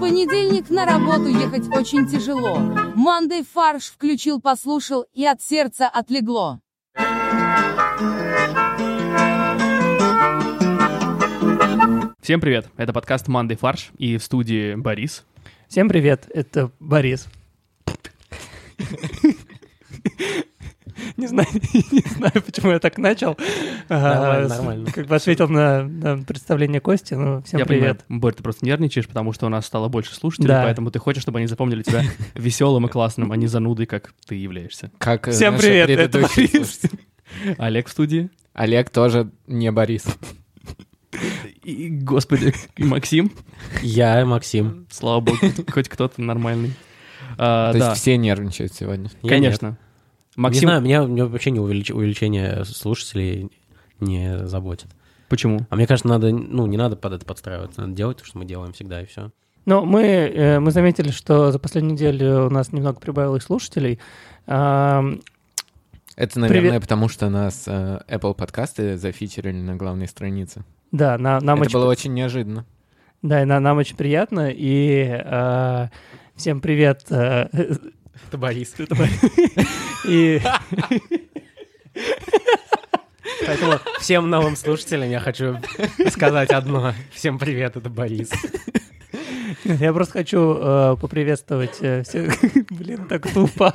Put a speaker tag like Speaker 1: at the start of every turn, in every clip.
Speaker 1: понедельник на работу ехать очень тяжело. Мандей фарш включил, послушал, и от сердца отлегло.
Speaker 2: Всем привет, это подкаст «Манды фарш» и в студии Борис.
Speaker 3: Всем привет, это Борис. Не знаю, не знаю, почему я так начал.
Speaker 4: Нормально,
Speaker 3: А, с-
Speaker 4: нормально.
Speaker 3: Как бы ответил на, на представление Кости, ну, всем
Speaker 2: я
Speaker 3: привет.
Speaker 2: понимаю, Борь, ты просто нервничаешь, потому что у нас стало больше слушателей,
Speaker 3: Да.
Speaker 2: поэтому ты хочешь, чтобы они запомнили тебя веселым и классным, а не занудой, как ты являешься.
Speaker 4: Как э,
Speaker 3: Всем
Speaker 4: наши
Speaker 3: привет, это
Speaker 4: предыдущие
Speaker 3: Борис.
Speaker 4: слушатели.
Speaker 2: Олег в студии.
Speaker 4: Олег тоже не Борис.
Speaker 2: И, господи, и Максим.
Speaker 5: Я Максим.
Speaker 2: Слава богу, хоть кто-то нормальный. А,
Speaker 4: То
Speaker 2: да,
Speaker 4: есть все нервничают сегодня.
Speaker 5: Я
Speaker 2: конечно.
Speaker 5: нет. Не
Speaker 2: Максим,
Speaker 5: знаю, меня, меня вообще не увелич- увеличение слушателей не заботит.
Speaker 2: почему?
Speaker 5: А мне кажется, надо, ну, не надо под это подстраиваться. Надо делать то, что мы делаем всегда, и все.
Speaker 3: Ну, мы, э, мы заметили, что за последнюю неделю у нас немного прибавилось слушателей. Ам,
Speaker 4: Это, наверное,
Speaker 3: Привет.
Speaker 4: потому что нас э, Apple подкасты зафичерили на главной странице.
Speaker 3: Да, на- нам
Speaker 4: это
Speaker 3: очень
Speaker 4: было очень неожиданно.
Speaker 3: Да, и на- нам очень приятно. И э, всем привет. э,
Speaker 5: Это Борис.
Speaker 3: и
Speaker 5: Поэтому всем новым слушателям я хочу сказать одно. Всем привет, это Борис.
Speaker 3: я просто хочу э, поприветствовать э, всех. Блин, так тупо.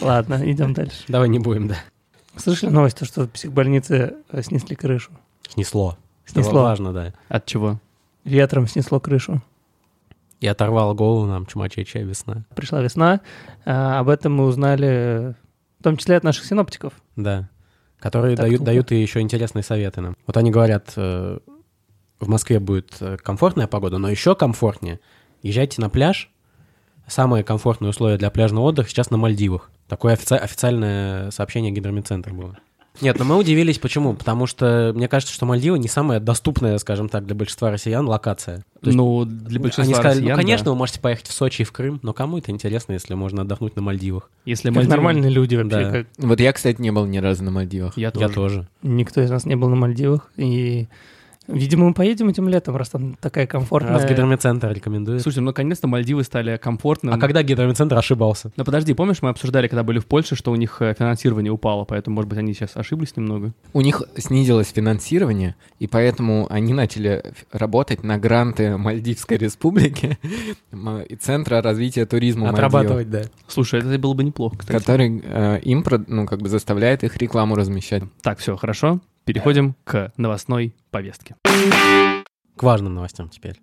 Speaker 3: Ладно, идем дальше.
Speaker 5: Давай не будем, да.
Speaker 3: Слышали новость, то, что психбольницы э, снесли крышу?
Speaker 5: Снесло.
Speaker 3: Снесло.
Speaker 5: Важно, да.
Speaker 2: От чего?
Speaker 3: Ветром снесло крышу.
Speaker 5: И оторвал голову нам чумачечья весна.
Speaker 3: Пришла весна. э, об этом мы узнали, э, в том числе от наших синоптиков.
Speaker 5: Да. Которые
Speaker 3: Так
Speaker 5: дают,
Speaker 3: тупо.
Speaker 5: дают и еще интересные советы нам. Вот они говорят, э, в Москве будет э, комфортная погода, но еще комфортнее. Езжайте на пляж. Самые комфортные условия для пляжного отдыха сейчас на Мальдивах. Такое офици- официальное сообщение гидромедцентра было. Нет, но мы удивились, почему? Потому что мне кажется, что Мальдивы не самая доступная, скажем так, для большинства россиян локация. То есть
Speaker 2: Ну, для большинства
Speaker 5: они сказали,
Speaker 2: россиян,
Speaker 5: ну, конечно,
Speaker 2: да.
Speaker 5: вы можете поехать в Сочи и в Крым, но кому это интересно, если можно отдохнуть на Мальдивах?
Speaker 2: Если
Speaker 3: Как
Speaker 2: Мальдивы-
Speaker 3: нормальные люди вообще.
Speaker 5: Да.
Speaker 3: как-
Speaker 4: Вот я, кстати, не был ни разу на Мальдивах.
Speaker 2: Я
Speaker 5: Я
Speaker 2: тоже.
Speaker 5: тоже.
Speaker 3: Никто из нас не был на Мальдивах. И, видимо, мы поедем этим летом, раз там такая комфортная...
Speaker 2: Э,
Speaker 5: Раз гидромедцентр рекомендует.
Speaker 2: Слушай, ну, наконец-то Мальдивы стали комфортным.
Speaker 5: А когда гидромедцентр ошибался?
Speaker 2: Ну подожди, помнишь, мы обсуждали, когда были в Польше, что у них э, финансирование упало, поэтому, может быть, они сейчас ошиблись немного.
Speaker 4: У них снизилось финансирование, и поэтому они начали ф- работать на гранты Мальдивской республики м, и Центра развития туризма Мальдивов,
Speaker 5: Отрабатывать, да.
Speaker 2: Слушай, это было бы неплохо, кстати.
Speaker 4: который э, им прод- ну, как бы заставляет их рекламу размещать.
Speaker 2: Так, все, хорошо. Переходим к новостной повестке.
Speaker 5: К важным новостям теперь.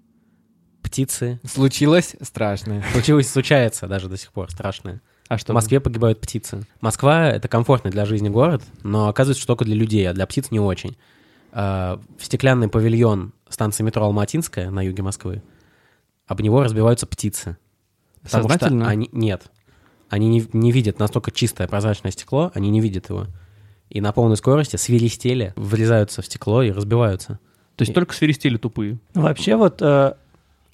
Speaker 5: Птицы.
Speaker 4: Случилось страшное.
Speaker 5: Случилось, случается даже до сих пор, страшное.
Speaker 2: А что?
Speaker 5: В Москве погибают птицы. Москва — это комфортный для жизни город, но оказывается, что только для людей, а для птиц не очень. А, В стеклянный павильон станции метро Алматинская на юге Москвы, об него разбиваются птицы. Потому что
Speaker 2: Сознательно?
Speaker 5: они... Нет. Они не, не видят настолько чистое прозрачное стекло, они не видят его. И на полной скорости свиристели врезаются в стекло и разбиваются.
Speaker 2: То есть только свиристели тупые.
Speaker 3: Вообще вот, э,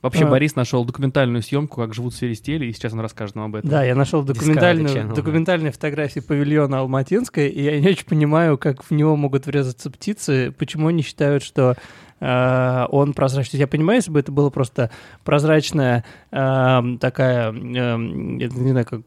Speaker 2: Вообще,
Speaker 3: А.
Speaker 2: Борис нашел документальную съемку, как живут свиристели, и сейчас он расскажет нам об этом.
Speaker 3: да, я нашел документальную,
Speaker 5: Channel, да.
Speaker 3: документальные фотографии павильона Алматинской, и я не очень понимаю, как в него могут врезаться птицы, почему они считают, что э, он прозрачный. Я понимаю, если бы это было просто прозрачная эм, такая, эм, я не знаю, как,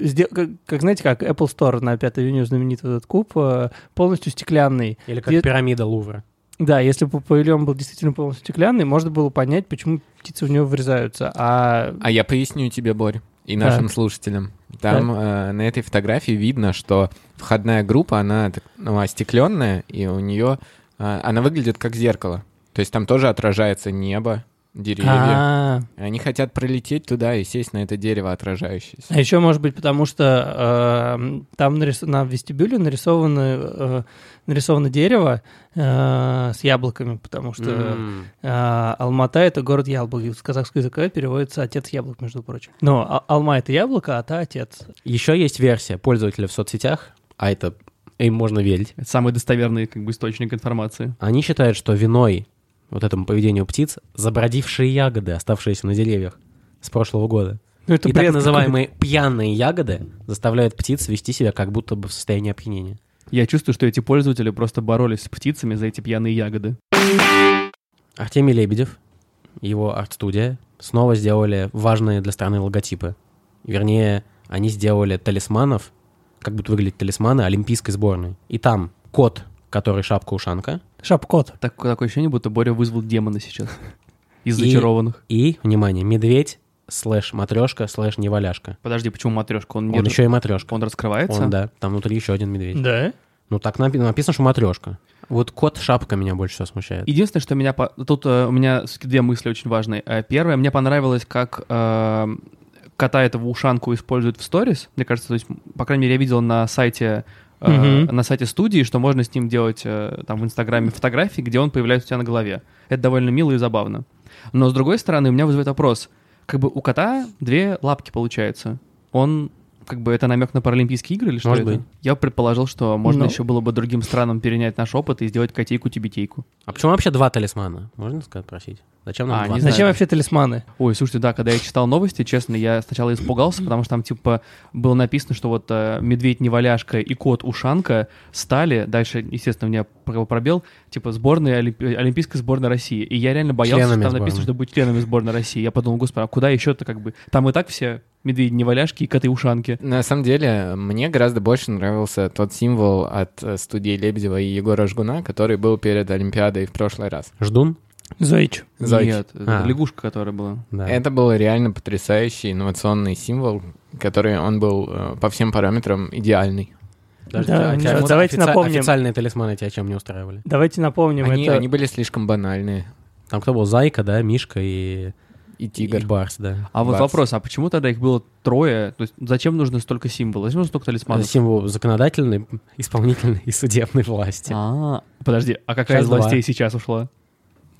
Speaker 3: сдел- как, как, знаете, как Apple Store на 5 июня знаменитый вот этот куб, э, полностью стеклянный.
Speaker 5: Или как
Speaker 3: Е-
Speaker 5: пирамида Лувра.
Speaker 3: Да, если бы павильон был действительно полностью стеклянный, можно было понять, почему птицы в него врезаются. А
Speaker 4: А я поясню тебе, Борь, и нашим слушателям. Там э, на этой фотографии видно, что входная группа, она так, ну, остекленная, и у нее она выглядит как зеркало. То есть там тоже отражается небо, деревья.
Speaker 3: а,
Speaker 4: Они хотят пролететь туда и сесть на это дерево отражающееся.
Speaker 3: а еще может быть потому что э, там нарис- на вестибюле нарисованы, э, нарисовано дерево э, с яблоками, потому что
Speaker 5: М.
Speaker 3: э, Алмата это город яблок. С казахского языка переводится отец яблок, между прочим. Но а- Алма это яблоко, а та отец.
Speaker 5: Еще есть версия пользователя в соцсетях, а это им можно верить.
Speaker 2: Это самый достоверный как бы, источник информации.
Speaker 5: Они считают, что виной вот этому поведению птиц забродившие ягоды, оставшиеся на деревьях с прошлого года.
Speaker 3: Ну, это
Speaker 5: И так
Speaker 3: бред
Speaker 5: называемые пьяные ягоды заставляют птиц вести себя как будто бы в состоянии опьянения.
Speaker 2: Я чувствую, что эти пользователи просто боролись с птицами за эти пьяные ягоды.
Speaker 5: Артемий Лебедев, его арт-студия, снова сделали важные для страны логотипы. Вернее, они сделали талисманов, как будут выглядеть талисманы олимпийской сборной. И там кот, который шапка-ушанка,
Speaker 3: Шапкот.
Speaker 2: Так, такое ощущение, будто Боря вызвал демона сейчас. Из
Speaker 5: И-
Speaker 2: зачарованных.
Speaker 5: и, внимание, медведь, слэш матрешка, слэш неваляшка.
Speaker 2: Подожди, почему матрешка? Он, не
Speaker 5: Он
Speaker 2: р-
Speaker 5: еще и матрешка.
Speaker 2: он раскрывается?
Speaker 5: Он, да, там внутри еще один медведь.
Speaker 3: Да?
Speaker 5: Ну, так напи- написано, что матрешка. Вот кот шапка меня больше всего смущает.
Speaker 2: Единственное, что меня... по- Тут э, у меня всё-таки две мысли очень важные. Э, Первое, мне понравилось, как э, кота этого ушанку используют в сторис. Мне кажется, то есть, м, по крайней мере, я видел на сайте э,
Speaker 3: Мгм.
Speaker 2: на сайте студии, что можно с ним делать э, там в Инстаграме фотографии, где он появляется у тебя на голове. Это довольно мило и забавно. Но с другой стороны, у меня вызывает вопрос: как бы у кота две лапки получается. Он как бы это намек на Паралимпийские игры или что
Speaker 5: Может
Speaker 2: это?
Speaker 5: быть.
Speaker 2: Я предположил, что можно
Speaker 3: Ну.
Speaker 2: еще было бы другим странам перенять наш опыт и сделать котейку-тибетейку.
Speaker 5: А почему вообще два талисмана? Можно сказать, просить? Зачем нам
Speaker 2: А,
Speaker 5: два?
Speaker 2: не знаю.
Speaker 3: Зачем вообще талисманы?
Speaker 2: Ой, слушайте, да, когда я читал новости, честно, я сначала испугался, потому что там типа было написано, что вот э, медведь неваляшка и кот ушанка стали, дальше, естественно, у меня пр- пробел, типа сборной Олимпи- олимпийской сборной России. И я реально боялся,
Speaker 5: Членами
Speaker 2: что там
Speaker 5: сборной.
Speaker 2: написано, что будет членами сборной России. Я подумал, господи, а куда еще-то как бы? Там и так все медведи неваляшки и коты ушанки.
Speaker 4: На самом деле, мне гораздо больше нравился тот символ от э, студии Лебедева и Егора Жгуна, который был перед Олимпиадой в прошлый раз.
Speaker 5: Ждун?
Speaker 3: Зоич.
Speaker 4: Зайчик.
Speaker 2: Нет, это
Speaker 5: А.
Speaker 2: лягушка, которая была.
Speaker 5: Да.
Speaker 4: Это был реально потрясающий инновационный символ, который он был э, по всем параметрам идеальный.
Speaker 5: Подожди,
Speaker 3: Да,
Speaker 5: а тебя
Speaker 3: да,
Speaker 5: вот
Speaker 3: давайте
Speaker 5: офици-
Speaker 3: напомним.
Speaker 5: Официальные талисманы тебя чем не устраивали?
Speaker 3: Давайте напомним,
Speaker 4: Они,
Speaker 3: это...
Speaker 4: они были слишком банальные.
Speaker 5: Там кто был? Зайка, да, Мишка и...
Speaker 4: И тигр.
Speaker 5: и Барс, да.
Speaker 2: А вот
Speaker 4: Бац.
Speaker 2: вопрос, а почему тогда их было трое? То есть зачем нужно столько символов? Зачем нужно столько талисманов?
Speaker 5: Э, Символ законодательной, исполнительной и судебной власти.
Speaker 2: А, подожди, а какая из
Speaker 5: Сейчас
Speaker 2: властей сейчас ушла?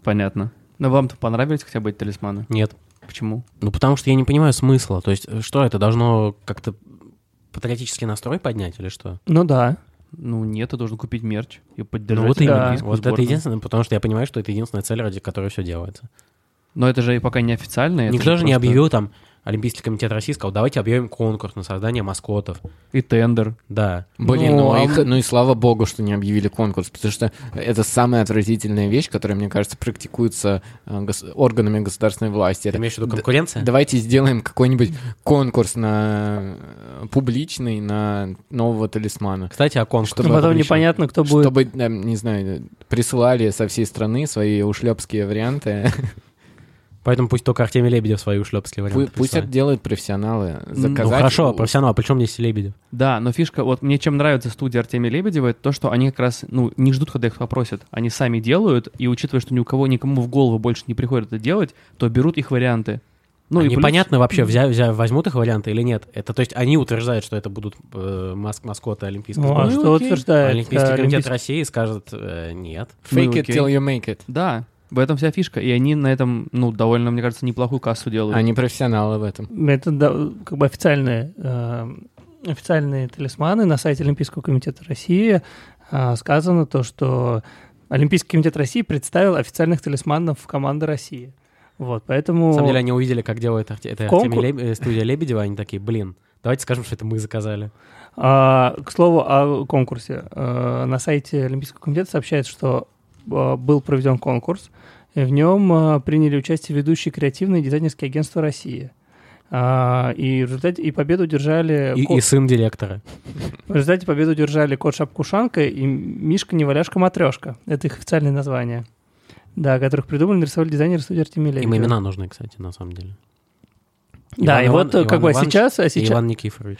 Speaker 2: Понятно. Но вам-то понравились хотя бы эти талисманы?
Speaker 5: Нет.
Speaker 2: Почему?
Speaker 5: Ну, потому что я не понимаю смысла. То есть, э, что это должно как-то патриотический настрой поднять или что?
Speaker 3: Ну да.
Speaker 2: Ну нет, ты должен купить мерч и поддержать
Speaker 5: Ну, вот
Speaker 3: именно.
Speaker 5: именно.
Speaker 2: олимпийскую
Speaker 5: Вот это
Speaker 2: сборную.
Speaker 5: единственное, потому что я понимаю, что это единственная цель, ради которой все делается.
Speaker 2: Но это же и пока не официально. это
Speaker 5: Никто же не
Speaker 2: просто
Speaker 5: объявил там, Олимпийский комитет России сказал, давайте объявим конкурс на создание маскотов.
Speaker 2: И тендер.
Speaker 5: Да.
Speaker 3: Ну,
Speaker 4: Блин, ну,
Speaker 3: а
Speaker 4: их-
Speaker 3: м-
Speaker 4: ну и слава богу, что не объявили конкурс, потому что это самая отвратительная вещь, которая, мне кажется, практикуется э, гос- органами государственной власти.
Speaker 5: Ты
Speaker 4: Это
Speaker 5: имеешь в виду
Speaker 4: д-
Speaker 5: конкуренция?
Speaker 4: Давайте сделаем какой-нибудь конкурс на э, публичный на нового талисмана.
Speaker 5: Кстати, о конкурсе.
Speaker 4: Чтобы
Speaker 3: И потом
Speaker 4: обычно-
Speaker 3: непонятно, кто будет...
Speaker 4: Чтобы, э, не знаю, присылали со всей страны свои ушлепские варианты.
Speaker 5: Поэтому пусть только Артемий Лебедев свою шлепский
Speaker 4: Пу-
Speaker 5: вариант.
Speaker 4: Пусть
Speaker 5: присылает.
Speaker 4: это делают профессионалы.
Speaker 5: Ну
Speaker 4: Заказать
Speaker 5: хорошо,
Speaker 4: у-
Speaker 5: профессионал, а при чем здесь Лебедев?
Speaker 2: Да, но фишка, вот мне чем нравится студия Артемия Лебедева, это то, что они как раз, ну, не ждут, когда их попросят. Они сами делают, и учитывая, что ни у кого, никому в голову больше не приходит это делать, то берут их варианты. Ну,
Speaker 5: Ну,
Speaker 2: и плюс-
Speaker 5: непонятно вообще, взя- взя- возьмут их варианты или нет. Это, то есть они утверждают, что это будут э, мас- маскоты Олимпийской
Speaker 3: Ну, а
Speaker 5: сборной.
Speaker 3: что
Speaker 2: окей.
Speaker 3: утверждает?
Speaker 5: Олимпийский
Speaker 3: э,
Speaker 5: комитет
Speaker 3: Олимпийский-
Speaker 5: России скажет э, нет.
Speaker 4: Fake
Speaker 2: Ну,
Speaker 4: it
Speaker 2: окей.
Speaker 4: till you make it.
Speaker 2: Да, в этом вся фишка. И они на этом, ну, довольно, мне кажется, неплохую кассу делают.
Speaker 4: Они профессионалы в этом.
Speaker 3: Это да, как бы официальные, э, официальные талисманы на сайте Олимпийского комитета России э, сказано то, что Олимпийский комитет России представил официальных талисманов в команды России. Вот, поэтому...
Speaker 5: На самом деле они увидели, как делает Арте- это
Speaker 3: Конкур-
Speaker 5: Артемий Леб- э, студия Лебедева, они такие, блин, давайте скажем, что это мы заказали.
Speaker 3: А, к слову о конкурсе. Э, На сайте Олимпийского комитета сообщается, что э, был проведен конкурс. И В нем э, приняли участие ведущие креативные и дизайнерские агентства России. А, И, в результате, и победу держали...
Speaker 5: И,
Speaker 3: ко-
Speaker 5: и сын директора.
Speaker 3: В результате победу держали Кот Шапкушанка и Мишка Неваляшка Матрешка. Это их официальные названия. Да, которых придумали, нарисовали дизайнеры студии Артемия
Speaker 5: Им
Speaker 3: Лебедева.
Speaker 5: имена нужны, кстати, на самом деле.
Speaker 3: Да,
Speaker 5: Иван
Speaker 3: и вот э,
Speaker 5: Иван-
Speaker 3: как бы а
Speaker 5: Иван Иванович
Speaker 3: сейчас, а
Speaker 5: и
Speaker 3: сейчас,
Speaker 5: Иван Никифорович.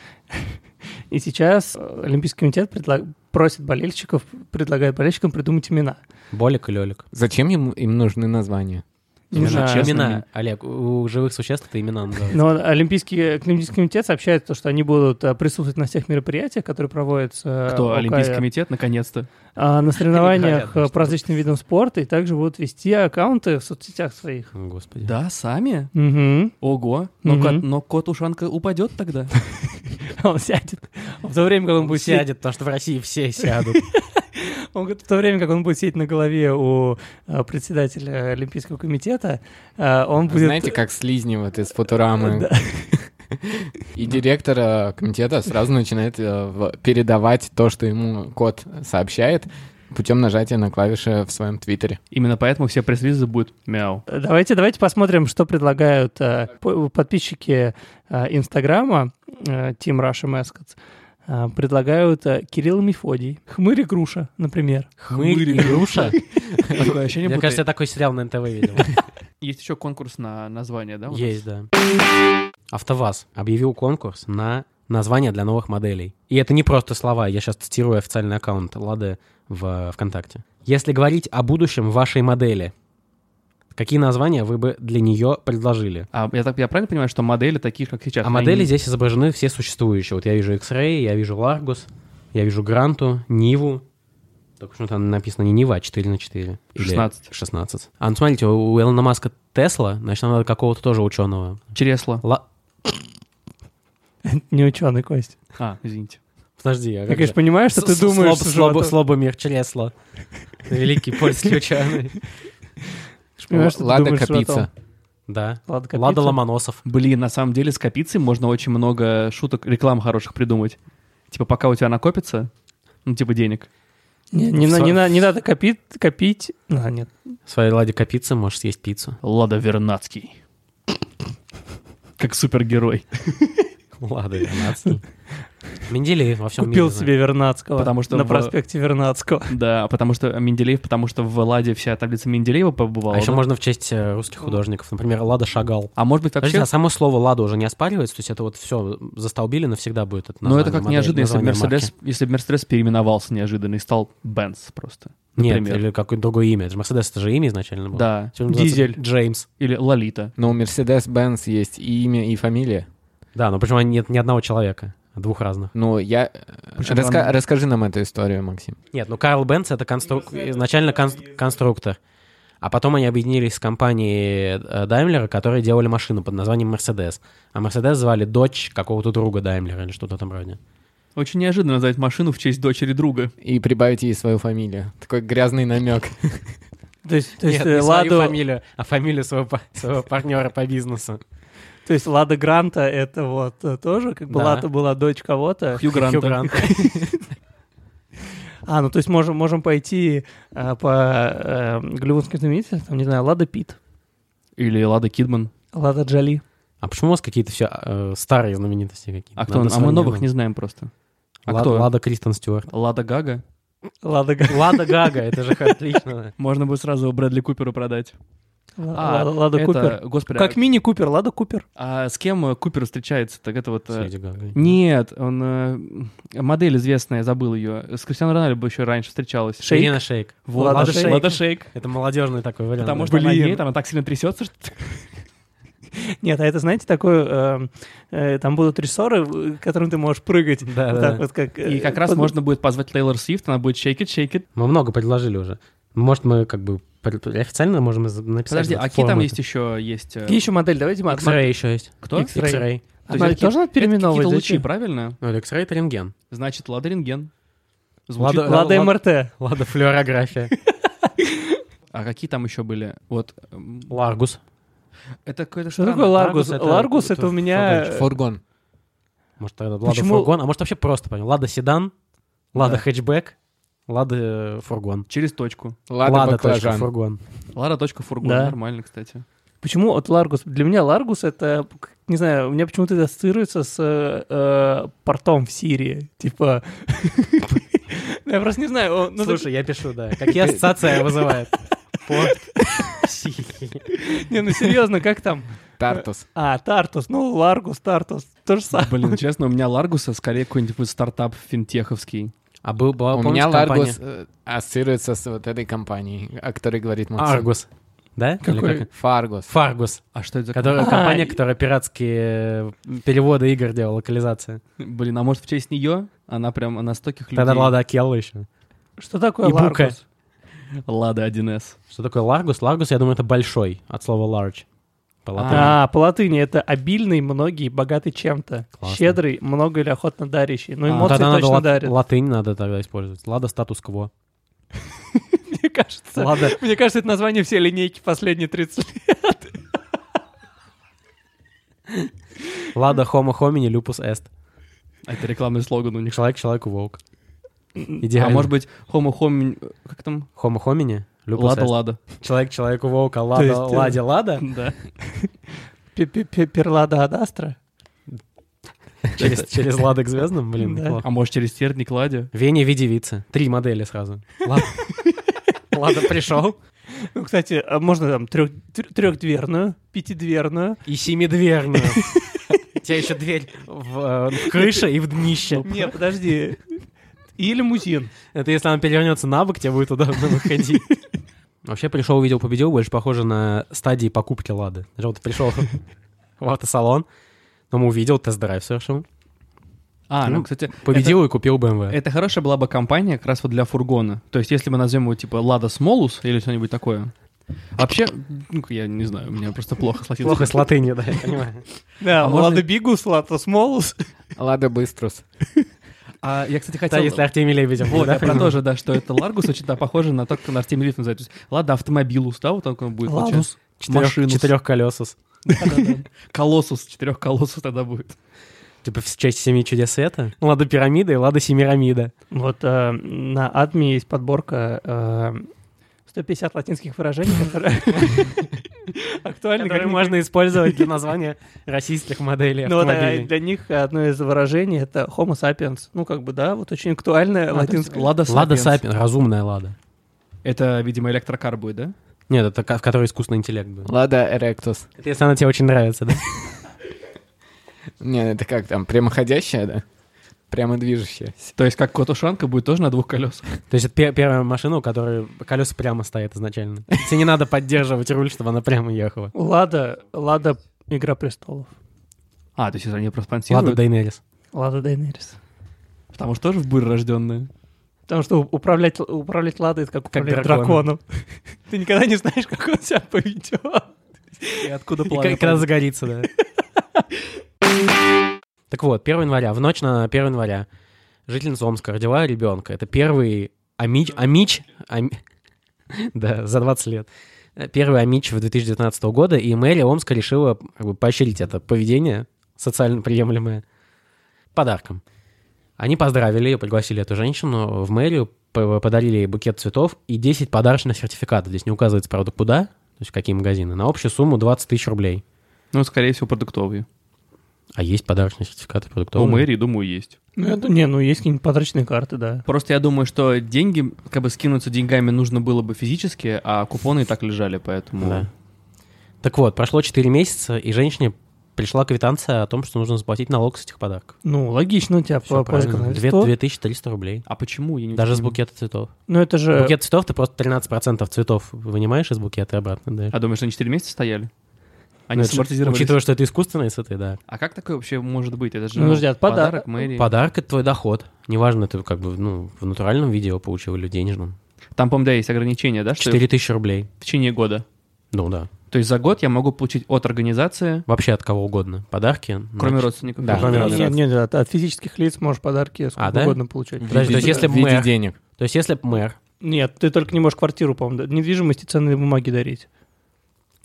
Speaker 3: И сейчас э, Олимпийский комитет предла- просит болельщиков, предлагает болельщикам придумать имена.
Speaker 5: Болик и Лелик.
Speaker 4: Зачем им, им нужны названия?
Speaker 3: Не
Speaker 5: имена,
Speaker 3: знаю.
Speaker 2: честно.
Speaker 5: имена, Олег, у у живых существ это
Speaker 3: Ну.
Speaker 5: имена называются.
Speaker 3: Но Олимпийский, э, Олимпийский комитет сообщает, то, что они будут э, присутствовать на всех мероприятиях, которые проводятся э,
Speaker 2: Кто?
Speaker 3: ОКР,
Speaker 2: Олимпийский комитет, наконец-то.
Speaker 3: а, на соревнованиях
Speaker 5: Непонятно,
Speaker 3: э,
Speaker 5: что
Speaker 3: по различным видам спорта, и также будут вести аккаунты в соцсетях своих.
Speaker 5: Господи.
Speaker 2: Да, сами?
Speaker 3: Угу.
Speaker 2: Ого. Но,
Speaker 3: Мгм.
Speaker 2: кот, но кот ушанка упадет тогда.
Speaker 3: Он сядет. В то время, как он будет сидеть,
Speaker 5: сядет, потому что в России все сядут.
Speaker 3: он говорит, в то время, как он будет сидеть на голове у э, председателя Олимпийского комитета, э, он будет...
Speaker 4: Знаете, как слизни вот из Футурамы. И директор э, комитета сразу начинает э, в- передавать то, что ему кот сообщает, путем нажатия на клавиши в своем твиттере.
Speaker 2: Именно поэтому все пресс-релизы будут мяу.
Speaker 3: Э, Давайте, давайте посмотрим, что предлагают э, по- подписчики э, Инстаграма э, Team Russia Mascots. Э, Предлагают э, Кирилл и Мефодий, Хмырь и Груша, например.
Speaker 5: Хмырь и груша?
Speaker 2: Такое ощущение,
Speaker 5: Мне
Speaker 2: будто
Speaker 5: кажется, я такой сериал на НТВ видел.
Speaker 2: Есть еще конкурс на название, да? у нас?
Speaker 5: Есть, да. АвтоВАЗ объявил конкурс на название для новых моделей. И это не просто слова, я сейчас цитирую официальный аккаунт Лады в э, ВКонтакте. Если говорить о будущем вашей модели, какие названия вы бы для нее предложили?
Speaker 2: А я, так, я правильно понимаю, что модели такие, как сейчас?
Speaker 5: А модели
Speaker 2: они-
Speaker 5: здесь изображены все существующие. Вот я вижу X-Ray, я вижу Largus, я вижу Гранту, Ниву. Только почему там написано не Нива, а 4 на 4.
Speaker 2: 16.
Speaker 5: 16. А ну смотрите, у у Элона Маска Тесла, значит, нам надо какого-то тоже ученого.
Speaker 2: Чресла.
Speaker 5: Ла...
Speaker 3: Не ученый, Кость.
Speaker 2: А, извините.
Speaker 5: Подожди, а
Speaker 3: Ты,
Speaker 5: как же?
Speaker 3: конечно, понимаешь, что ты
Speaker 5: С-
Speaker 3: думаешь,
Speaker 5: слоб-
Speaker 3: с
Speaker 5: слобо-
Speaker 3: животом?
Speaker 5: Слобомир Чресло. Великий польский ученый.
Speaker 3: Понимаешь, что ты
Speaker 4: Лада
Speaker 3: думаешь с
Speaker 4: Капица.
Speaker 3: животом?
Speaker 5: Да.
Speaker 3: Лада Капица.
Speaker 5: Лада Ломоносов.
Speaker 2: Блин, на самом деле с копицей можно очень много шуток, реклам хороших придумать. Типа, пока у тебя накопится, ну, типа денег.
Speaker 3: Не, не на- не на- не надо копить, копить. А, нет.
Speaker 5: В своей Ладе Капице можешь съесть пиццу.
Speaker 2: Лада Вернадский. Как супергерой.
Speaker 5: Лада Вернадский. Менделеев во всем
Speaker 3: Купил
Speaker 5: мире знает.
Speaker 3: себе Вернадского
Speaker 2: Потому что
Speaker 3: на
Speaker 2: в-
Speaker 3: проспекте Вернадского.
Speaker 2: Да, потому что Менделеев, потому что в Ладе вся таблица Менделеева побывала.
Speaker 5: А еще
Speaker 2: да?
Speaker 5: можно в честь э, русских художников. Например, Лада Шагал.
Speaker 2: А может быть
Speaker 5: Подожди,
Speaker 2: вообще...
Speaker 5: а само слово «Лада» уже не оспаривается? То есть это вот все застолбили, навсегда будет это
Speaker 2: Ну, это
Speaker 5: название
Speaker 2: как
Speaker 5: модели,
Speaker 2: неожиданно, если бы
Speaker 5: название марки.
Speaker 2: Мерседес, если бы Мерседес переименовался неожиданно и стал Бенц просто.
Speaker 5: Нет,
Speaker 2: например.
Speaker 5: или какое-то другое имя. Это же Мерседес, это же имя изначально было.
Speaker 2: Да.
Speaker 5: Всё называется
Speaker 2: Дизель.
Speaker 5: Джеймс.
Speaker 2: Или Лолита.
Speaker 4: Но Ну, у Mercedes-Benz есть и имя, и фамилия.
Speaker 5: Да, но почему нет ни одного человека, а двух разных.
Speaker 4: Ну, я...
Speaker 2: Причём
Speaker 4: Раска-
Speaker 2: там-
Speaker 4: Расскажи нам эту историю, Максим.
Speaker 5: Нет, ну Карл Бенц это конструк- изначально кон- конструктор. А потом они объединились с компанией э, Даймлера, которые делали машину под названием Мерседес. А Мерседес звали дочь какого-то друга Даймлера или что-то там вроде.
Speaker 2: Очень неожиданно назвать машину в честь дочери друга.
Speaker 4: И прибавить ей свою фамилию. Такой грязный намек.
Speaker 3: То есть, то есть,
Speaker 5: Нет, не
Speaker 3: э,
Speaker 5: свою
Speaker 3: Ладу-
Speaker 5: фамилию, а фамилию своего, пар- своего партнера по бизнесу.
Speaker 3: то есть Лада Гранта это вот э, тоже как бы
Speaker 5: Да.
Speaker 3: Лада была дочь кого-то.
Speaker 2: Хью Гранта.
Speaker 5: Хью Грант.
Speaker 3: А, ну то есть можем, можем пойти э, по э, голливудским знаменитостям, там, не знаю, Лада Пит,
Speaker 2: Или Лада Кидман.
Speaker 3: Лада Джоли.
Speaker 5: А почему у вас какие-то все э, старые знаменитости какие-то?
Speaker 2: А кто?
Speaker 5: Надо
Speaker 2: А мы
Speaker 5: современные.
Speaker 2: новых не знаем просто. А
Speaker 5: Ла-
Speaker 2: кто?
Speaker 5: Лада Кристен Стюарт.
Speaker 2: Лада Гага?
Speaker 3: Лада, Га-
Speaker 5: Лада Гага, это же отлично.
Speaker 2: Можно бы сразу Брэдли Куперу продать.
Speaker 3: Ла- Лада, Лада
Speaker 2: а, это,
Speaker 3: Купер.
Speaker 2: Господи,
Speaker 3: Как
Speaker 2: а,
Speaker 3: мини Купер, Лада Купер.
Speaker 2: а с кем э, Купер встречается? Так это вот...
Speaker 5: С
Speaker 2: э,
Speaker 5: Леди Гагой.
Speaker 2: Нет, он... э, модель известная, забыл ее. С Кристианом Роналду бы еще раньше встречалась.
Speaker 5: Ирина Шейк.
Speaker 2: Вот,
Speaker 3: Лада
Speaker 2: Лада Шейк.
Speaker 3: Шейк.
Speaker 2: Лада Шейк.
Speaker 5: Это молодежный такой вариант.
Speaker 2: Потому
Speaker 5: да.
Speaker 2: что она
Speaker 3: Блин.
Speaker 2: едет, она так сильно трясется, что...
Speaker 3: Нет, а это, знаете, такое, э, э, там будут рессоры, в- которым ты можешь прыгать.
Speaker 5: Да,
Speaker 3: вот
Speaker 5: да,
Speaker 3: так
Speaker 5: да.
Speaker 3: вот, как, э,
Speaker 2: И как раз
Speaker 3: под-
Speaker 2: можно будет позвать Тейлор Свифт, она будет шейкет, шейкет.
Speaker 5: Мы много предложили уже. Может, мы как бы пред- официально можем из- написать?
Speaker 2: Подожди,
Speaker 5: вот
Speaker 2: а какие там
Speaker 5: формы?
Speaker 2: есть еще? Есть... э,
Speaker 3: Какие еще модель? Давайте, Макс.
Speaker 5: X-Ray еще есть.
Speaker 2: Кто?
Speaker 3: X-Ray.
Speaker 5: X-Ray.
Speaker 3: А
Speaker 2: есть
Speaker 3: модель
Speaker 2: это
Speaker 3: тоже надо
Speaker 2: Это
Speaker 3: переименовывать?
Speaker 2: какие-то лучи,
Speaker 3: Зачем?
Speaker 2: правильно?
Speaker 5: Ну, X-Ray это рентген.
Speaker 2: Значит, Лада Рентген. Звучит-
Speaker 5: Лада-
Speaker 3: Лада эм
Speaker 5: Лада-
Speaker 3: МРТ.
Speaker 5: Лада флюорография.
Speaker 2: А какие там еще были? Вот. эм,
Speaker 5: Ларгус.
Speaker 2: Это какое-то
Speaker 3: Что
Speaker 2: странно.
Speaker 3: такое Ларгус?
Speaker 5: Ларгус это-
Speaker 3: Ларгус
Speaker 5: это
Speaker 3: это у меня... э,
Speaker 4: Фургон.
Speaker 5: Может, тогда Лада
Speaker 3: Почему-
Speaker 5: фургон. А может, вообще просто понял. Лада седан, Лада
Speaker 2: Да.
Speaker 5: хэтчбэк, Лада э, фургон.
Speaker 2: Через точку.
Speaker 4: Лада
Speaker 5: точка,
Speaker 4: Баклажан.
Speaker 5: фургон.
Speaker 2: Лада точка фургон.
Speaker 3: Да.
Speaker 2: Нормально, кстати.
Speaker 3: Почему от Ларгус? Для меня Ларгус это, к- не знаю, у меня почему-то это ассоциируется с э, э, портом в Сирии. Типа... Я просто не знаю. он- ну, так-
Speaker 5: Слушай, я пишу, да. Какие ассоциации вызывает? Порт.
Speaker 3: Не, ну серьезно, как там?
Speaker 4: Тартус.
Speaker 3: А, Тартус. Ну, Ларгус, Тартус. То же самое.
Speaker 2: Блин, честно, у меня Ларгуса скорее какой-нибудь стартап финтеховский.
Speaker 5: А был, была,
Speaker 4: У
Speaker 5: помните,
Speaker 4: меня
Speaker 5: компания?
Speaker 4: Ларгус э, ассоциируется с вот этой компанией, о которой говорит Максим.
Speaker 5: Аргус. Да? Или
Speaker 3: Какой?
Speaker 5: как?
Speaker 4: Фаргус.
Speaker 5: Фаргус.
Speaker 2: А что это за...
Speaker 5: Которая,
Speaker 3: А,
Speaker 5: компания,
Speaker 3: и-
Speaker 5: которая пиратские э, переводы игр делала, локализация.
Speaker 2: Блин, а может в честь нее? Она прям она стольких людей.
Speaker 5: Тогда Лада Акелла еще.
Speaker 3: Что такое
Speaker 5: И Бука.
Speaker 3: Ларгус?
Speaker 2: Лада 1С.
Speaker 5: Что такое Ларгус? Ларгус, я думаю, это большой, от слова large. По латыни.
Speaker 3: А, по латыни это обильный, многие, богатый чем-то.
Speaker 5: Классно.
Speaker 3: Щедрый, много или охотно дарящий. Ну,
Speaker 5: Ну,
Speaker 3: эмоции
Speaker 5: тогда надо
Speaker 3: точно
Speaker 5: лат-
Speaker 3: дарит.
Speaker 5: латынь надо тогда использовать. Лада статус-кво.
Speaker 3: Мне кажется.
Speaker 5: Лада,
Speaker 3: Мне кажется, это название все линейки последние 30 лет.
Speaker 5: Лада homo homini lupus est.
Speaker 2: Это рекламный слоган у них.
Speaker 5: Человек человеку волк. Идеально.
Speaker 2: А может быть, Homo homini... Как там?
Speaker 5: Homo homini? Lupus est.
Speaker 2: Лада-лада.
Speaker 5: Человек человеку волка,
Speaker 3: То
Speaker 5: лада,
Speaker 3: есть, э,
Speaker 5: ладе, лада.
Speaker 2: Да.
Speaker 3: Пе-пе-пе- Перлада Адастра.
Speaker 5: Через, через лада к звездам, блин.
Speaker 3: Да.
Speaker 5: неплохо.
Speaker 2: А может, через терник Ладе?
Speaker 5: Веня, види девица. Три модели сразу. Лада. Лада пришел.
Speaker 3: Ну, кстати, а можно там трех, трехдверную, пятидверную.
Speaker 5: И семидверную. У тебя еще дверь в, э, в крыше и в днище.
Speaker 2: Ну.
Speaker 3: Не, подожди. И лимузин.
Speaker 5: Это если она перевернется на бок, тебе будет удобно выходить. Вообще пришел, увидел, победил, больше похоже на стадии покупки Лады. Сначала ты пришел в автосалон, потом увидел, тест-драйв совершил,
Speaker 2: А, ну,
Speaker 5: Ну,
Speaker 2: кстати,
Speaker 5: победил и купил
Speaker 2: это,
Speaker 5: BMW.
Speaker 2: это хорошая была бы компания как раз вот для фургона. То есть, если мы назовем его типа Лада Смолус или что-нибудь такое. Вообще, ну, я не знаю, у меня просто плохо сложилось.
Speaker 5: Плохо с латыни, да, я понимаю.
Speaker 3: Да,
Speaker 2: А можно-
Speaker 3: Лада Бигус, Лада Смолус.
Speaker 4: Лада Быструс.
Speaker 2: А я, кстати,
Speaker 5: Да,
Speaker 2: хотел...
Speaker 5: если Артемий Лебедев.
Speaker 2: Вот,
Speaker 5: да,
Speaker 2: я про то же, да, что это Ларгус очень да, похоже на то, как на Артемий Лифт называется. То есть, Лада Автомобилус, да, вот так он будет.
Speaker 3: Ладус.
Speaker 2: Машину.
Speaker 5: Четырехколесус.
Speaker 2: Колоссус, четырех колоссус тогда будет.
Speaker 5: Типа в честь семи чудес света. Лада пирамида и Лада семирамида.
Speaker 3: Вот э, на Адме есть подборка э, 150 латинских выражений, которые актуальны. как
Speaker 5: Которые
Speaker 3: ни-
Speaker 5: можно использовать для названия российских моделей
Speaker 3: Ну вот э,
Speaker 5: автомобилей.
Speaker 3: для них одно из выражений — это homo sapiens. Ну как бы, да, вот очень актуальное латинское.
Speaker 2: Лада
Speaker 5: Лада
Speaker 2: Сапиенс.
Speaker 5: Сапин, разумная Лада.
Speaker 2: Это, видимо, электрокар будет, да?
Speaker 5: Нет, это ка- в которой искусственный интеллект был.
Speaker 4: Лада Эректус.
Speaker 5: Это если она тебе очень нравится, да?
Speaker 4: Не, это как там, прямоходящая, да? Прямо движущаяся.
Speaker 2: То есть, как Котушанка будет тоже на двух колесах.
Speaker 5: То есть это пе- первая машина, у которой колеса прямо стоят изначально. Тебе не надо поддерживать руль, чтобы она прямо ехала.
Speaker 3: Лада, Лада Игра престолов.
Speaker 2: А, то есть они
Speaker 5: Лада
Speaker 2: проспонсируют.
Speaker 5: Дейнерис.
Speaker 3: Лада Дейнерис.
Speaker 2: Потому что тоже в бурь рожденные.
Speaker 3: Потому что управлять, управлять Ладой — это как управлять
Speaker 5: драконом.
Speaker 3: драконом. Ты никогда не знаешь, как он себя поведет.
Speaker 2: И откуда
Speaker 5: И к- когда загорится, да. Так вот, 1 января, в ночь на 1 января жительница Омска родила ребенка. Это первый амич... Амич... ами- Да, за 20 лет. Э, Первый амич в 2019 года, и мэрия Омска решила как бы, поощрить это поведение социально приемлемое подарком. Они поздравили ее, пригласили эту женщину в мэрию, п- подарили ей букет цветов и 10 подарочных сертификатов. Здесь не указывается, правда, куда, то есть в какие магазины, на общую сумму 20 тысяч рублей.
Speaker 2: Ну, скорее всего, продуктовые.
Speaker 5: А есть подарочные сертификаты
Speaker 2: У
Speaker 5: продуктовые?
Speaker 2: мэрии, думаю, есть.
Speaker 3: Ну, это- не, ну есть какие-нибудь подарочные карты, да.
Speaker 2: Просто я думаю, что деньги, как бы скинуться деньгами нужно было бы физически, а купоны и так лежали, поэтому...
Speaker 5: Да. Так вот, прошло 4 месяца, и женщине пришла квитанция о том, что нужно заплатить налог с этих подарков.
Speaker 3: Ну, логично у тебя
Speaker 5: Всё
Speaker 3: по поисковому
Speaker 5: правильно. Две-
Speaker 3: листу.
Speaker 5: 2300 рублей.
Speaker 2: А почему? Я не
Speaker 5: Даже с
Speaker 2: понимаю.
Speaker 5: букета цветов.
Speaker 3: Ну, это же...
Speaker 5: Букет цветов ты просто 13% цветов вынимаешь из букета и обратно даешь.
Speaker 2: А думаешь, они 4 месяца стояли? Они
Speaker 5: Ну, это же-
Speaker 2: самортизировались?
Speaker 5: Учитывая, что это искусственные цветы, да.
Speaker 2: А как такое вообще может быть? Это же
Speaker 3: Ну, подожди, а пода-
Speaker 2: подарок мэрии.
Speaker 5: Подарок — это твой доход. Неважно, ты как бы ну, в натуральном виде его получил или в денежном.
Speaker 2: Там, по-моему, да, есть ограничения, да, что
Speaker 5: 4000 рублей.
Speaker 2: в течение года.
Speaker 5: Ну да.
Speaker 2: То есть за год я могу получить от организации,
Speaker 5: Вообще от кого угодно. Подарки.
Speaker 2: кроме
Speaker 5: значит,
Speaker 2: родственников.
Speaker 4: Да,
Speaker 5: кроме
Speaker 3: Нет,
Speaker 5: раз.
Speaker 3: нет, нет, от, от физических лиц можешь подарки сколько
Speaker 5: А, да?
Speaker 3: угодно получать.
Speaker 4: В
Speaker 5: Подожди, то есть
Speaker 4: виде-
Speaker 5: если
Speaker 4: в виде
Speaker 5: мэр-
Speaker 4: денег.
Speaker 5: То есть если б мэр...
Speaker 3: Нет, ты только не можешь квартиру, по-моему, да, недвижимость и ценные бумаги дарить.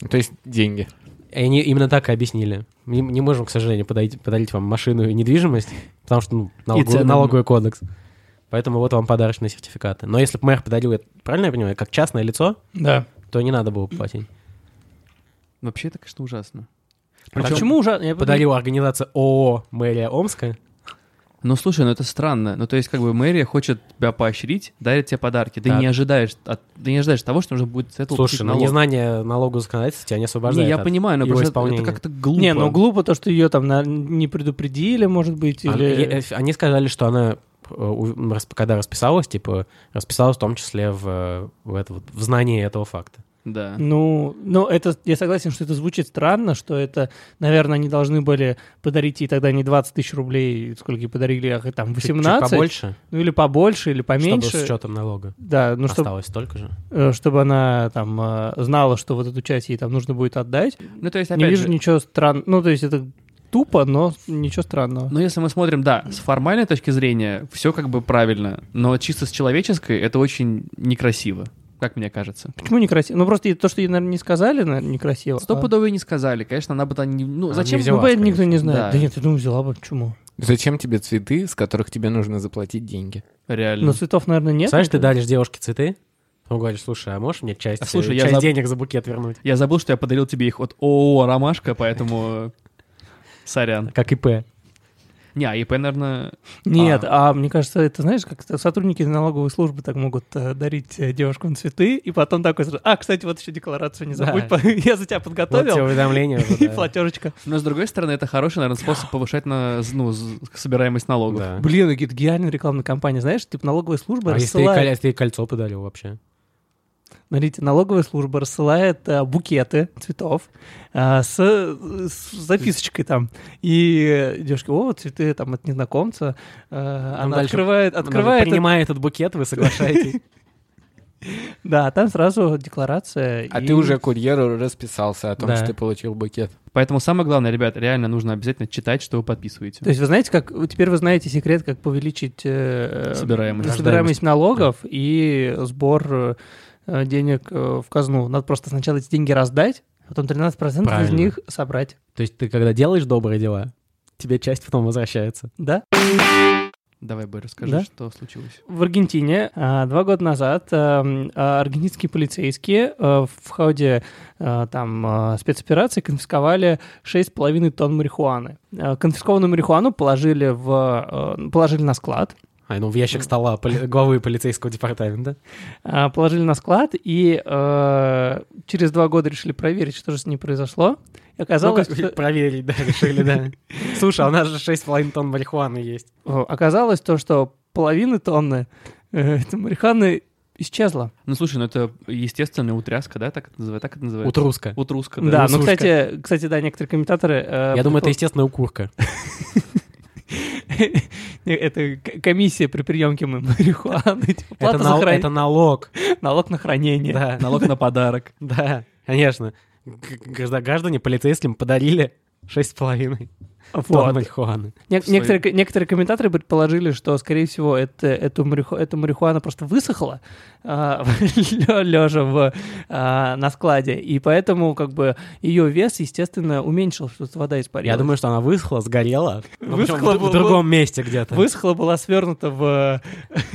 Speaker 4: То есть деньги.
Speaker 5: И Они именно так и объяснили. Мы не можем, к сожалению, подойти- подарить вам машину и недвижимость, потому что ну, налогу-
Speaker 2: цены.
Speaker 5: налоговый кодекс. Поэтому вот вам подарочные сертификаты. Но если бы мэр подарил это, правильно я понимаю, как частное лицо,
Speaker 3: Да.
Speaker 5: то не надо было бы платить.
Speaker 2: Вообще это, конечно, ужасно.
Speaker 5: Причём
Speaker 3: Почему ужасно? Я
Speaker 5: Подарила организация ООО «Мэрия Омска».
Speaker 2: Ну, слушай, ну это странно. Ну, то есть, как бы мэрия хочет тебя поощрить, дарит тебе подарки. Ты
Speaker 5: Так.
Speaker 2: не ожидаешь, от- ты не ожидаешь того, что нужно будет с этого платить
Speaker 5: Слушай, ну
Speaker 2: типа налог.
Speaker 5: незнание налогового законодательства тебя не освобождает
Speaker 2: Не, я
Speaker 5: от
Speaker 2: понимаю, но
Speaker 5: его
Speaker 2: просто это-
Speaker 5: исполнения.
Speaker 2: это как-то глупо.
Speaker 3: Не, ну глупо то, что ее там на- не предупредили, может быть,
Speaker 5: А,
Speaker 3: или...
Speaker 5: э, э, Они сказали, что она, э, у- рас- когда расписалась, типа, расписалась в том числе в, э, в, это вот- в знании этого факта.
Speaker 2: Да.
Speaker 3: Ну, ну, это я согласен, что это звучит странно, что это, наверное, они должны были подарить ей тогда не 20 тысяч рублей, сколько ей подарили, а хоть там
Speaker 5: Чуть- чуть
Speaker 3: 18,
Speaker 5: побольше,
Speaker 2: А
Speaker 3: ну или побольше, или поменьше.
Speaker 5: чтобы с учетом налога.
Speaker 3: Да, ну чтобы,
Speaker 5: Осталось столько же.
Speaker 3: э, чтобы она там э, знала, что вот эту часть ей там нужно будет отдать.
Speaker 2: Ну, то есть,
Speaker 3: Не
Speaker 2: опять
Speaker 3: вижу
Speaker 2: же,
Speaker 3: ничего странного. Ну, то есть это тупо, но ничего странного.
Speaker 2: но ну, если мы смотрим, да, с формальной точки зрения, все как бы правильно, но чисто с человеческой это очень некрасиво, как мне кажется.
Speaker 3: Почему некрасиво? Ну, просто и то, что ей, наверное, не сказали, наверное, некрасиво. а-
Speaker 2: Стопудово и не сказали, конечно, она бы там не... Ну,
Speaker 5: Она
Speaker 2: зачем...
Speaker 5: не взяла.
Speaker 3: Ну, поэтому никто
Speaker 5: конечно.
Speaker 3: не знает.
Speaker 2: Да.
Speaker 3: Да. нет, я думаю, взяла бы. Почему?
Speaker 4: Зачем тебе цветы, с которых тебе нужно заплатить деньги?
Speaker 5: Ну,
Speaker 2: Реально.
Speaker 3: Но цветов, наверное, нет.
Speaker 5: Знаешь, ты даришь девушке цветы, потом говоришь, слушай, а можешь мне часть,
Speaker 2: А, слушай, я
Speaker 5: часть
Speaker 2: заб-
Speaker 5: денег за букет вернуть?
Speaker 2: Я забыл, что я подарил тебе их от ООО «Ромашка», поэтому... Сорян.
Speaker 5: Как ИП.
Speaker 2: Не, а ИП, наверное...
Speaker 3: Нет, а. мне кажется, это знаешь, как это сотрудники налоговой службы так могут э, дарить э, девушкам цветы, и потом такой сразу, а, кстати, вот еще декларацию не забудь,
Speaker 5: Да.
Speaker 3: я за тебя
Speaker 5: Вот тебе
Speaker 3: подготовил,
Speaker 5: уведомление. уже,
Speaker 3: и
Speaker 5: да.
Speaker 3: платежечка.
Speaker 2: Но, ну, с другой стороны, это хороший, наверное, способ повышать на, ну, з- собираемость налогов.
Speaker 5: Да.
Speaker 3: Блин, ну какие-то гениальные рекламные кампании, знаешь, типа налоговая служба
Speaker 5: А если ты,
Speaker 3: рассылает,
Speaker 5: коля- если ты кольцо подарил вообще?
Speaker 3: смотрите, налоговая служба рассылает э, букеты цветов э, с, с записочкой там, и э, девушки, о, цветы там от незнакомца, э, она
Speaker 5: дальше-
Speaker 3: открывает, открывает, этот-
Speaker 5: Принимая этот букет, вы соглашаетесь.
Speaker 3: да, а там сразу декларация.
Speaker 4: А
Speaker 3: и-
Speaker 4: ты уже курьеру расписался о том,
Speaker 5: Да.
Speaker 4: что ты получил букет.
Speaker 2: Поэтому самое главное, ребят, реально нужно обязательно читать, что вы подписываете.
Speaker 3: То есть вы знаете, как теперь вы знаете секрет, как повеличить э,
Speaker 2: Собираемость.
Speaker 3: собираемость налогов и сбор э, э, денег э, в казну. Надо просто сначала эти деньги раздать, потом 13% из
Speaker 5: Правильно.
Speaker 3: них собрать.
Speaker 5: То есть ты, когда делаешь добрые дела, тебе часть потом возвращается.
Speaker 3: Да?
Speaker 2: Давай, Бэй, расскажи,
Speaker 3: Да?
Speaker 2: что случилось.
Speaker 3: В Аргентине а, два года назад э, м, а, аргентинские полицейские э, в ходе э, там э, спецоперации конфисковали 6,5 тонн марихуаны. Э, Конфискованную марихуану положили, в, э, положили на склад,
Speaker 5: А, ну в ящик стола поли- главы полицейского департамента.
Speaker 3: А, положили на склад и э, через два года решили проверить, что же с ней произошло. И оказалось,
Speaker 5: Ну,
Speaker 3: что-
Speaker 5: проверить, да, решили, да. Слушай, а у нас же 6,5 тонн марихуаны есть.
Speaker 3: о, оказалось то, что половины тонны э, этой марихуаны исчезла.
Speaker 2: Ну, слушай, ну это естественная утряска, да? Так это называется? Так это называется?
Speaker 5: Утруска.
Speaker 2: Утруска, да.
Speaker 3: Да, ну,
Speaker 5: лысушка.
Speaker 3: кстати, кстати, да, некоторые комментаторы... э,
Speaker 5: Я думаю, это
Speaker 3: предпо-
Speaker 5: естественная укурка.
Speaker 3: Не, это к- комиссия при приемке ма- марихуаны. типа,
Speaker 5: Это
Speaker 3: плата за
Speaker 5: нал-
Speaker 3: хран-
Speaker 5: это налог.
Speaker 3: налог на хранение.
Speaker 5: Да,
Speaker 2: Налог на подарок.
Speaker 5: да, конечно. Г- гражда- Граждане полицейским подарили 6,5 тонн
Speaker 3: Вот.
Speaker 5: марихуаны.
Speaker 3: Не-
Speaker 2: В
Speaker 3: некоторые, ко- некоторые комментаторы предположили, что, скорее всего, это, эту, мариху- эта марихуана просто высохла лежа в, а, на складе, и поэтому как бы ее вес, естественно, уменьшил, что вода испарилась.
Speaker 5: Я думаю, что она высохла, сгорела. но причем
Speaker 3: Высохла
Speaker 5: в-
Speaker 3: была-
Speaker 5: в другом месте где-то.
Speaker 3: высохла была свернута в...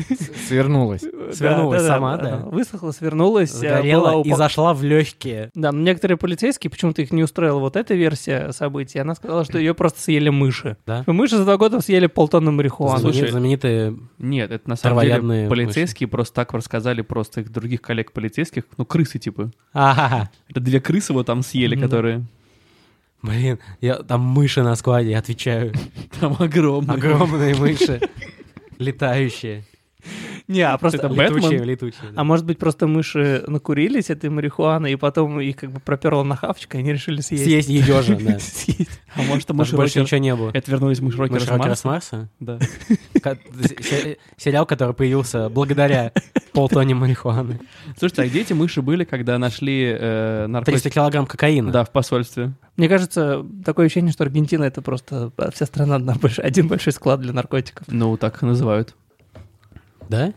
Speaker 4: С- Свернулась.
Speaker 5: Свернулась сама, да.
Speaker 3: Высохла, свернулась. э, была
Speaker 5: Сгорела и
Speaker 3: упак-
Speaker 5: зашла в легкие.
Speaker 3: Да, но некоторые полицейские, почему-то их не устроила вот эта версия событий, она сказала, что ее просто съели мыши.
Speaker 5: Да.
Speaker 3: Мыши за два года съели полтонны марихуаны.
Speaker 2: Слушай,
Speaker 5: Знаменитые
Speaker 2: Нет, это на самом деле
Speaker 5: Травоядные
Speaker 2: полицейские просто так рассказали просто их других коллег полицейских, ну крысы типа.
Speaker 5: Ага.
Speaker 2: Это две крысы его там съели,
Speaker 3: Мгм.
Speaker 2: которые
Speaker 5: Блин, я, там мыши на складе, я отвечаю.
Speaker 2: там огромные.
Speaker 5: Огромные мыши. Летающие.
Speaker 3: Не, а просто...
Speaker 2: Это
Speaker 5: Летучие,
Speaker 2: Бэтмен?
Speaker 5: летучие. да.
Speaker 3: А может быть, просто мыши накурились этой марихуаны, и потом их как бы проперло на хавчик, и они решили съесть.
Speaker 5: Съесть едежа, да.
Speaker 3: Съесть.
Speaker 2: А может,
Speaker 5: Потому
Speaker 2: мыши
Speaker 5: что больше
Speaker 2: больше
Speaker 5: ничего не было.
Speaker 2: Это вернулись мыши
Speaker 5: Мыши Рокера
Speaker 2: Рокера
Speaker 5: с Марса?
Speaker 2: Да.
Speaker 5: Ка- се- Сериал, который появился благодаря полтоне марихуаны.
Speaker 2: Слушайте, а где эти мыши были, когда нашли э,
Speaker 5: 300
Speaker 2: наркотики?
Speaker 5: килограмм кокаина.
Speaker 2: Да, в посольстве.
Speaker 3: Мне кажется, такое ощущение, что Аргентина — это просто а, вся страна, одна больш- один большой склад для наркотиков.
Speaker 2: Ну, так их называют.
Speaker 5: Да?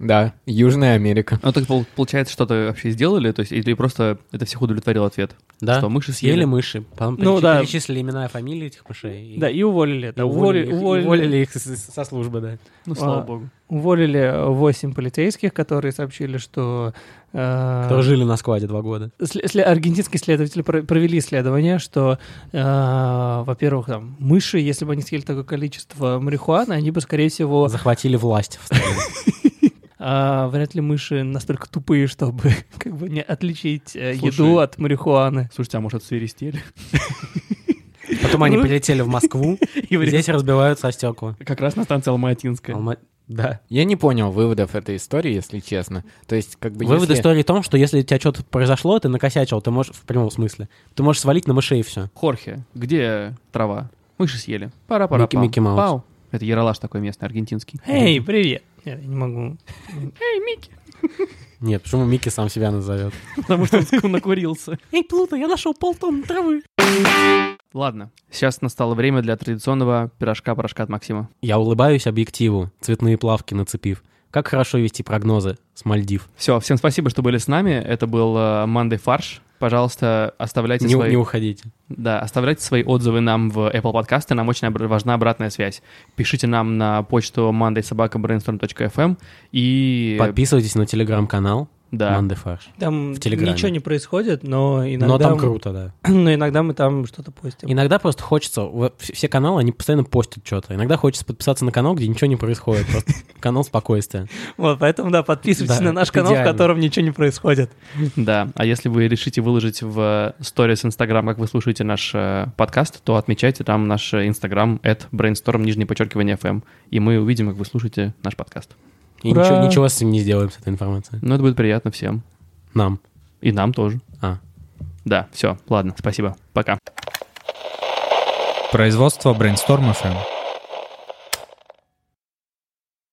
Speaker 4: Да, Южная Америка.
Speaker 2: Ну, так пол- получается, что-то вообще сделали? То есть, или просто это всех удовлетворил ответ?
Speaker 5: Да.
Speaker 2: Что, мыши съели?
Speaker 5: Съели мыши. Потом
Speaker 3: Ну
Speaker 5: перечи-
Speaker 3: да.
Speaker 5: перечислили имена и фамилии этих мышей. и-
Speaker 3: Да,
Speaker 5: и
Speaker 3: и уволили. Да, уволи-
Speaker 5: их-
Speaker 3: уволили,
Speaker 5: уволили их с- с- со службы, да.
Speaker 2: Ну, слава
Speaker 3: А.
Speaker 2: богу.
Speaker 3: уволили 8 полицейских, которые сообщили, что... э,
Speaker 5: Которые жили на складе два года.
Speaker 3: сле- сле- аргентинские следователи про- провели исследование, что, э, во-первых, там, мыши, если бы они съели такое количество марихуаны, они бы, скорее всего,
Speaker 5: Захватили власть в стране.
Speaker 3: А, вряд ли мыши настолько тупые, чтобы как бы не отличить э,
Speaker 2: Слушай.
Speaker 3: еду от марихуаны.
Speaker 2: Слушайте, а может, это свиристели?
Speaker 5: Потом они
Speaker 3: Ну.
Speaker 5: прилетели в Москву,
Speaker 2: И
Speaker 5: и
Speaker 2: в
Speaker 5: здесь разбиваются о стекла.
Speaker 2: Как раз на станции Алматинская.
Speaker 5: Алма- Да.
Speaker 4: Я не понял выводов этой истории, если честно. То есть, как бы...
Speaker 5: Вывод
Speaker 4: если-
Speaker 5: истории в том, что если у тебя что-то произошло, ты накосячил, ты можешь, в прямом смысле, ты можешь свалить на мышей и все.
Speaker 2: Хорхе, где трава? Мыши съели. Пара, пара,
Speaker 5: Микки- Микки Маус.
Speaker 2: Пау. Это Яралаш такой местный, аргентинский.
Speaker 3: Эй, привет! Нет, я не могу.
Speaker 5: Нет, почему Микки сам себя назовет?
Speaker 2: Потому что он ск- накурился.
Speaker 5: Эй, Плута, я нашел полтонны травы.
Speaker 2: Ладно, сейчас настало время для традиционного пирожка-порошка от Максима.
Speaker 5: Я улыбаюсь объективу, цветные плавки нацепив. Как хорошо вести прогнозы с Мальдив.
Speaker 2: Все, всем спасибо, что были с нами. Это был э, Мандай Фарш. пожалуйста, оставляйте
Speaker 5: Не,
Speaker 2: свои...
Speaker 5: не уходите.
Speaker 2: Да, оставляйте свои отзывы нам в Apple подкасты, нам очень обра- важна обратная связь. Пишите нам на почту mondaysobakabrainstorm.fm и...
Speaker 5: Подписывайтесь на телеграм-канал
Speaker 2: Да.
Speaker 5: Манды Фарш.
Speaker 3: Там
Speaker 5: В Телеграме.
Speaker 3: ничего не происходит, но иногда,
Speaker 5: Но там
Speaker 3: мы-
Speaker 5: круто, да.
Speaker 3: но иногда мы там что-то постим.
Speaker 5: Иногда просто хочется... вот вс- Все каналы, они постоянно постят что-то. Иногда хочется подписаться на канал, где ничего не происходит. Просто канал спокойствия.
Speaker 3: Вот, поэтому, да, подписывайтесь
Speaker 5: Да,
Speaker 3: на наш
Speaker 5: это
Speaker 3: канал,
Speaker 5: идеально.
Speaker 3: в котором ничего не происходит.
Speaker 2: Да, а если вы решите выложить в сторис Инстаграм, как вы слушаете наш э, подкаст, то отмечайте там наш Инстаграм at brainstorm, нижнее подчеркивание FM, и мы увидим, как вы слушаете наш подкаст.
Speaker 5: И
Speaker 3: Ура!
Speaker 5: ничего, ничего с этим не сделаем, с этой информацией.
Speaker 2: Ну, это будет приятно всем.
Speaker 5: Нам.
Speaker 2: И нам тоже.
Speaker 5: А.
Speaker 2: Да, все, ладно, спасибо, пока.
Speaker 6: Производство Brainstorm FM.